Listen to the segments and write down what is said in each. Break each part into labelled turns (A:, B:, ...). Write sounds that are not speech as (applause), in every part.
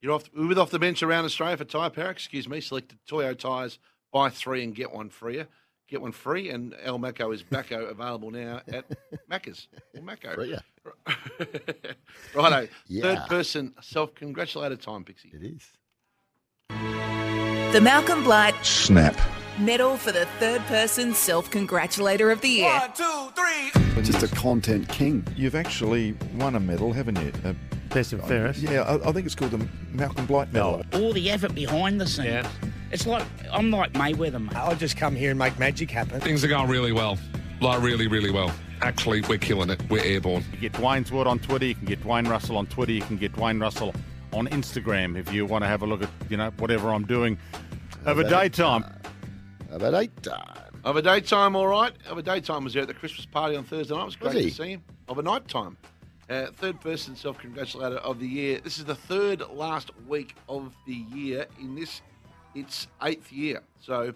A: You're off, with off the bench around Australia for Tyre Power. Excuse me, selected Toyo tyres, buy three and get one free. Get one free, and El Maco is Bacco available now
B: (laughs)
A: at Macca's or Macco.
B: Free-er.
A: (laughs) Righto,
B: Yeah.
A: third person self congratulator time, Pixie.
B: It is.
C: The Malcolm Blight
D: Snap.
C: Medal for the Third Person Self Congratulator of the Year.
D: Just a content king. You've actually won a medal, haven't you? Uh,
E: Best and fairest.
D: yeah, I, I think it's called the Malcolm Blight Medal.
F: Oh,
G: all the effort behind the scenes.
E: Yeah.
G: It's like I'm like Mayweather, mate.
H: I'll just come here and make magic happen.
I: Things are going really well. Like, really, really well. Actually, we're killing it. We're airborne.
F: You get Dwayne's Word on Twitter. You can get Dwayne Russell on Twitter. You can get Dwayne Russell on Instagram if you want to have a look at you know whatever I'm doing over daytime.
B: About eight time.
A: Over daytime, all right. Over daytime was there at the Christmas party on Thursday night. It was great
B: Was he?
A: to see him. Over nighttime, uh, third person self congratulator of the year. This is the third last week of the year in this, its eighth year. So,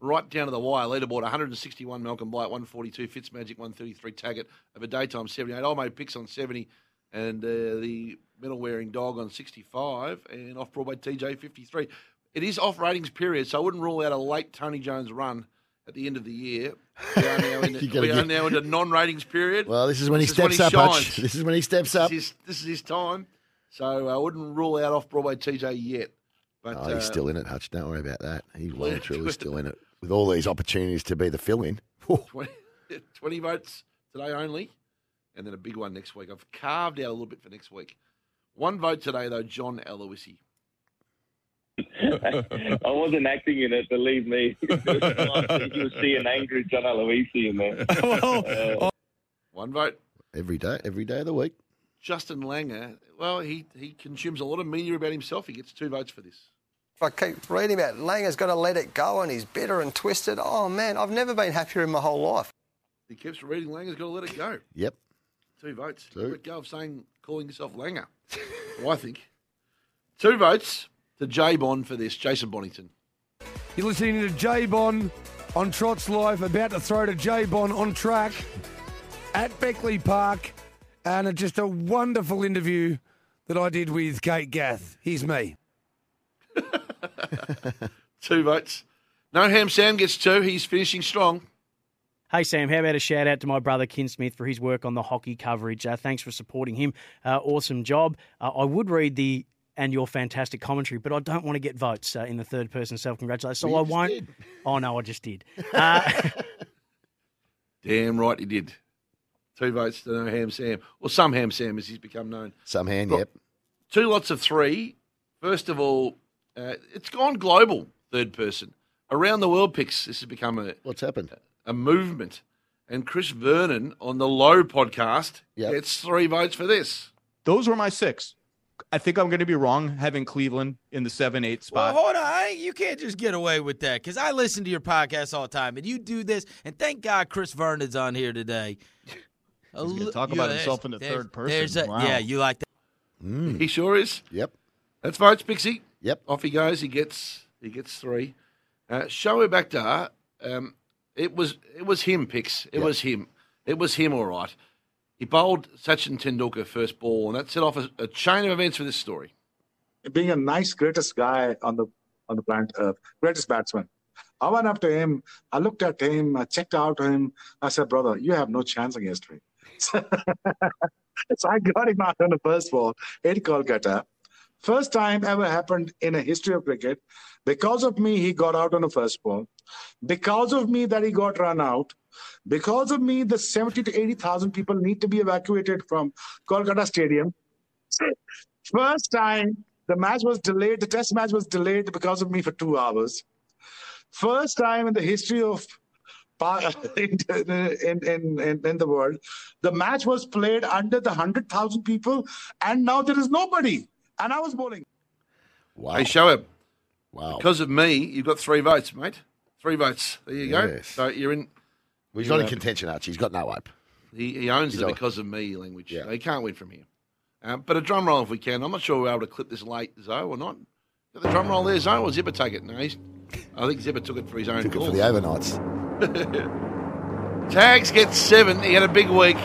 A: right down to the wire. Leaderboard 161, Malcolm Blight 142, Fitzmagic 133, Taggart. Over daytime 78, Old Mate Picks on 70, and uh, the medal wearing dog on 65, and off Broadway TJ 53. It is off ratings period, so I wouldn't rule out a late Tony Jones run at the end of the year. We are
B: (laughs)
A: now in
B: You
A: the,
B: gotta
A: we are
B: get-
A: now into non-ratings period.
B: Well, this is when he steps up. Hutch.
A: shines.
B: This is when he steps
A: This
B: up.
A: is, this is his time. So uh, I wouldn't rule out off Broadway TJ yet. But
B: Oh,
A: uh,
B: he's still in it, Hutch. Oh, Don't worry about that. He's well and truly
A: With-
B: still in it. With all these opportunities to be the fill in.
A: 20, (laughs) 20 votes today only, and then a big one next week. I've carved out a little bit for next week. One vote today though, John Aloisi.
J: I wasn't acting in it, believe me. (laughs) You'll see an angry John Aloisi in
F: (laughs)
J: there. Uh,
A: One vote.
B: Every day, every day of the week.
A: Justin Langer. Well, he, he consumes a lot of media about himself. He gets two votes for this.
H: I keep reading about Langer's got to let it go and he's bitter and twisted. Oh man, I've never been happier in my whole life.
A: He keeps reading Langer's got to let it go.
B: Yep.
A: Two votes.
B: Two.
A: Let go of saying calling yourself Langer. (laughs) Well, I think. Two votes to J Bond for this, Jason Bonington.
H: You're listening to J Bon on Trot's Life, about to throw to J Bon on track at Beckley Park, and it's just a wonderful interview that I did with Kate Gath. Here's me.
A: Two votes. No Ham Sam gets two. He's finishing strong.
G: Hey Sam, how about a shout out to my brother Ken Smith for his work on the hockey coverage? Uh, thanks for supporting him. Uh, awesome job. Uh, I would read the and your fantastic commentary, but I don't want to get votes uh, in the third person self congratulation, so
B: Well, you
G: I
B: just
G: won't.
B: did.
G: Oh no, I
K: (laughs)
G: just did. Uh, (laughs)
A: Damn right he did. Two votes to no Ham Sam. Or some Ham Sam as he's become known.
B: Some hand,
A: Well,
B: yep.
A: Two lots of three. First of all, uh, it's gone global, third person. Around the world picks, this has become a,
B: What's happened?
A: a movement. And Chris Vernon on the Low podcast
B: Yep.
A: gets three votes for this.
I: Those were my six. I think I'm going to be wrong having Cleveland in the 7 8
H: Well, hold on. I ain't- uh, You can't just get away with that because I listen to your podcast all the time, and you do this. And thank God Chris Vernon's on here today. A
I: He's gonna
H: li-
I: talk
H: yeah,
I: about
H: there's-
I: himself in the
H: there's-
I: third person.
H: there's a-
I: Wow.
H: Yeah, you like that.
A: He sure is.
B: Mm, Yep.
A: That's votes, Pixie.
B: Yep.
A: Off he goes. He gets he gets three. Uh, Shoei Bakhtar, um, it was it was him, Pix. It
B: Yep.
A: was him. It was him. All right. He bowled Sachin Tendulkar first ball, and that set off a, a chain of events for this story.
H: Being a nice, greatest guy on the on the planet Earth, greatest batsman. I went up to him. I looked at him. I checked out him. I said, "Brother, you have no chance against me." (laughs) so I got him out on the first ball in Kolkata. First time ever happened in a history of cricket. Because of me, he got out on the first ball. Because of me, that he got run out. Because of me, the seventy to eighty thousand people need to be evacuated from Kolkata Stadium. First time the match was delayed. The test match was delayed because of me for two hours. First time in the history of (laughs) in, in, in, in the world. The match was played under the 100,000 people, and now there is nobody. And I was bowling.
A: Wow. Hey, show him. Wow. Because of me, you've got three votes, mate. Three votes. There you go.
B: Yes.
A: So you're in.
B: Well, he's
A: you're,
B: not in
A: um,
B: contention, Archie. He's got no hope.
A: He, he owns
B: He's
A: the
B: a-
A: because of me language. He can't win from here. Um, but a drum roll if we can. I'm not sure we're able to clip this late, Zoe, or not. Got the drum roll there, Zoe, or Zipper take it? No, he's, I think Zipper took it for his own
B: Took it
A: cause.
B: for the overnights.
A: Tags gets seven. He had a big week.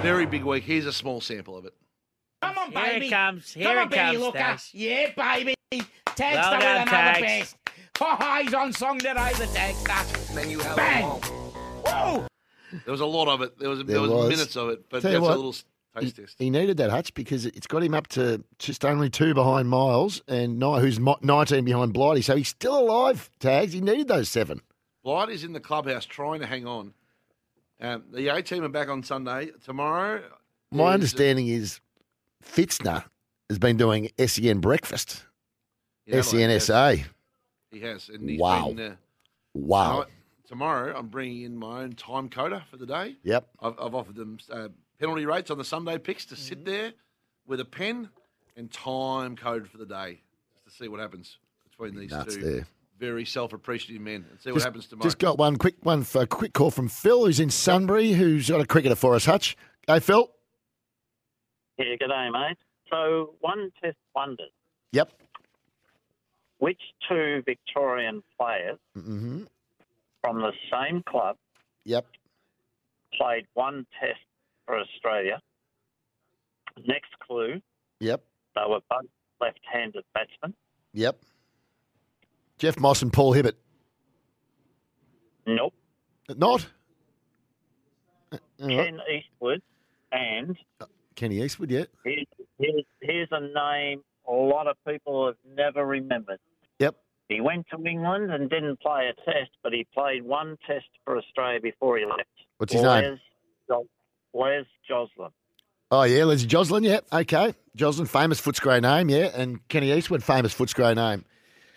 A: Very big week. Here's a small sample of it.
E: Come on,
K: Here
E: baby.
K: it comes. Here
E: Come
K: it
E: on, baby
K: comes,
E: Looker.
K: Tags.
E: Yeah, baby. Tagster
K: Well
E: with
K: done,
E: another
K: Tags.
E: best. Ha ha, he's on song today, the Tagster. Then you have Bang. Whoa.
A: There was a lot of it. There was, there was, minutes of it, but
B: Tell
A: that's
B: you
A: a
B: what,
A: little
B: he,
A: taste test.
B: he needed that hutch because it's got him up to just only two behind Miles and Ni- who's mo- 19 behind Blighty. So he's still alive, Tags. He needed those seven.
A: Blight is in the clubhouse trying to hang on. Um, the A team are back on Sunday. Tomorrow,
B: My understanding is Fitzner has been doing SEN breakfast, E
A: Yeah, like
B: SENSA.
A: he has. And he's
B: Wow.
A: been, uh,
B: Wow.
A: tonight- Tomorrow, I'm bringing in my own time coder for the day.
B: Yep.
A: I've, I've offered them uh, penalty rates on the Sunday picks to sit
B: Mm-hmm.
A: there with a pen and time code for the day just to see what happens between these
B: nuts
A: two
B: there.
A: very self appreciative men and see what
B: just,
A: happens tomorrow.
B: just got one quick one for a quick call from Phil, who's in Sunbury, who's got a cricketer for us, Hutch. Hey, Phil.
L: Yeah, good day, mate. So, one test wonders
B: Yep.
L: which two Victorian players
B: Mm-hmm.
L: from the same club
B: Yep.
L: played one test for Australia? Next clue,
B: Yep.
L: they were both left handed batsmen.
B: Yep. Jeff Moss and Paul Hibbert.
L: Nope.
B: Not? Uh, all right.
L: Ken Eastwood. And
B: Kenny Eastwood, yeah.
L: here's, here's, here's a name a lot of people have never remembered.
B: Yep.
L: He went to England and didn't play a test, but he played one test for Australia before he left.
B: What's his
L: Wes
B: name?
L: Jo- Wes Joslin.
B: Oh, yeah, Leslie Joslin, yeah. Okay. Joslin, famous Footscray name, yeah. And Kenny Eastwood, famous Footscray name.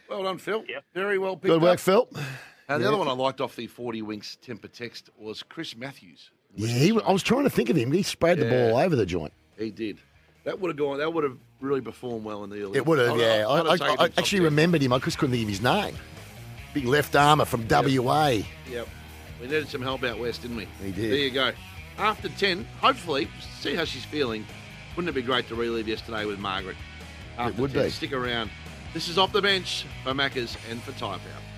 A: Well done, Phil. Very well picked
B: Good work,
A: up.
B: Phil.
A: Uh, the
B: Yeah.
A: other one I liked off the 40 Winks temper text was Chris Matthews.
B: Yeah, he, I was trying to think of him. He sprayed the
A: Yeah.
B: ball all over the joint.
A: He did. That would have gone. That would have really performed well in the early.
B: It would have,
A: I'd-
B: yeah. I,
A: I'd have
B: I,
A: taken
B: I
A: him top
B: actually remembered him. I just couldn't think of his name. Big left armour from WA.
A: ten. Yep. We needed some help out west, didn't we?
B: He did.
A: There you go. After ten, hopefully, see how she's feeling. Wouldn't it be great to relive yesterday with Margaret? After
B: would
A: 10,
B: be.
A: Stick around. This is off the bench for Maccas and for Type Out.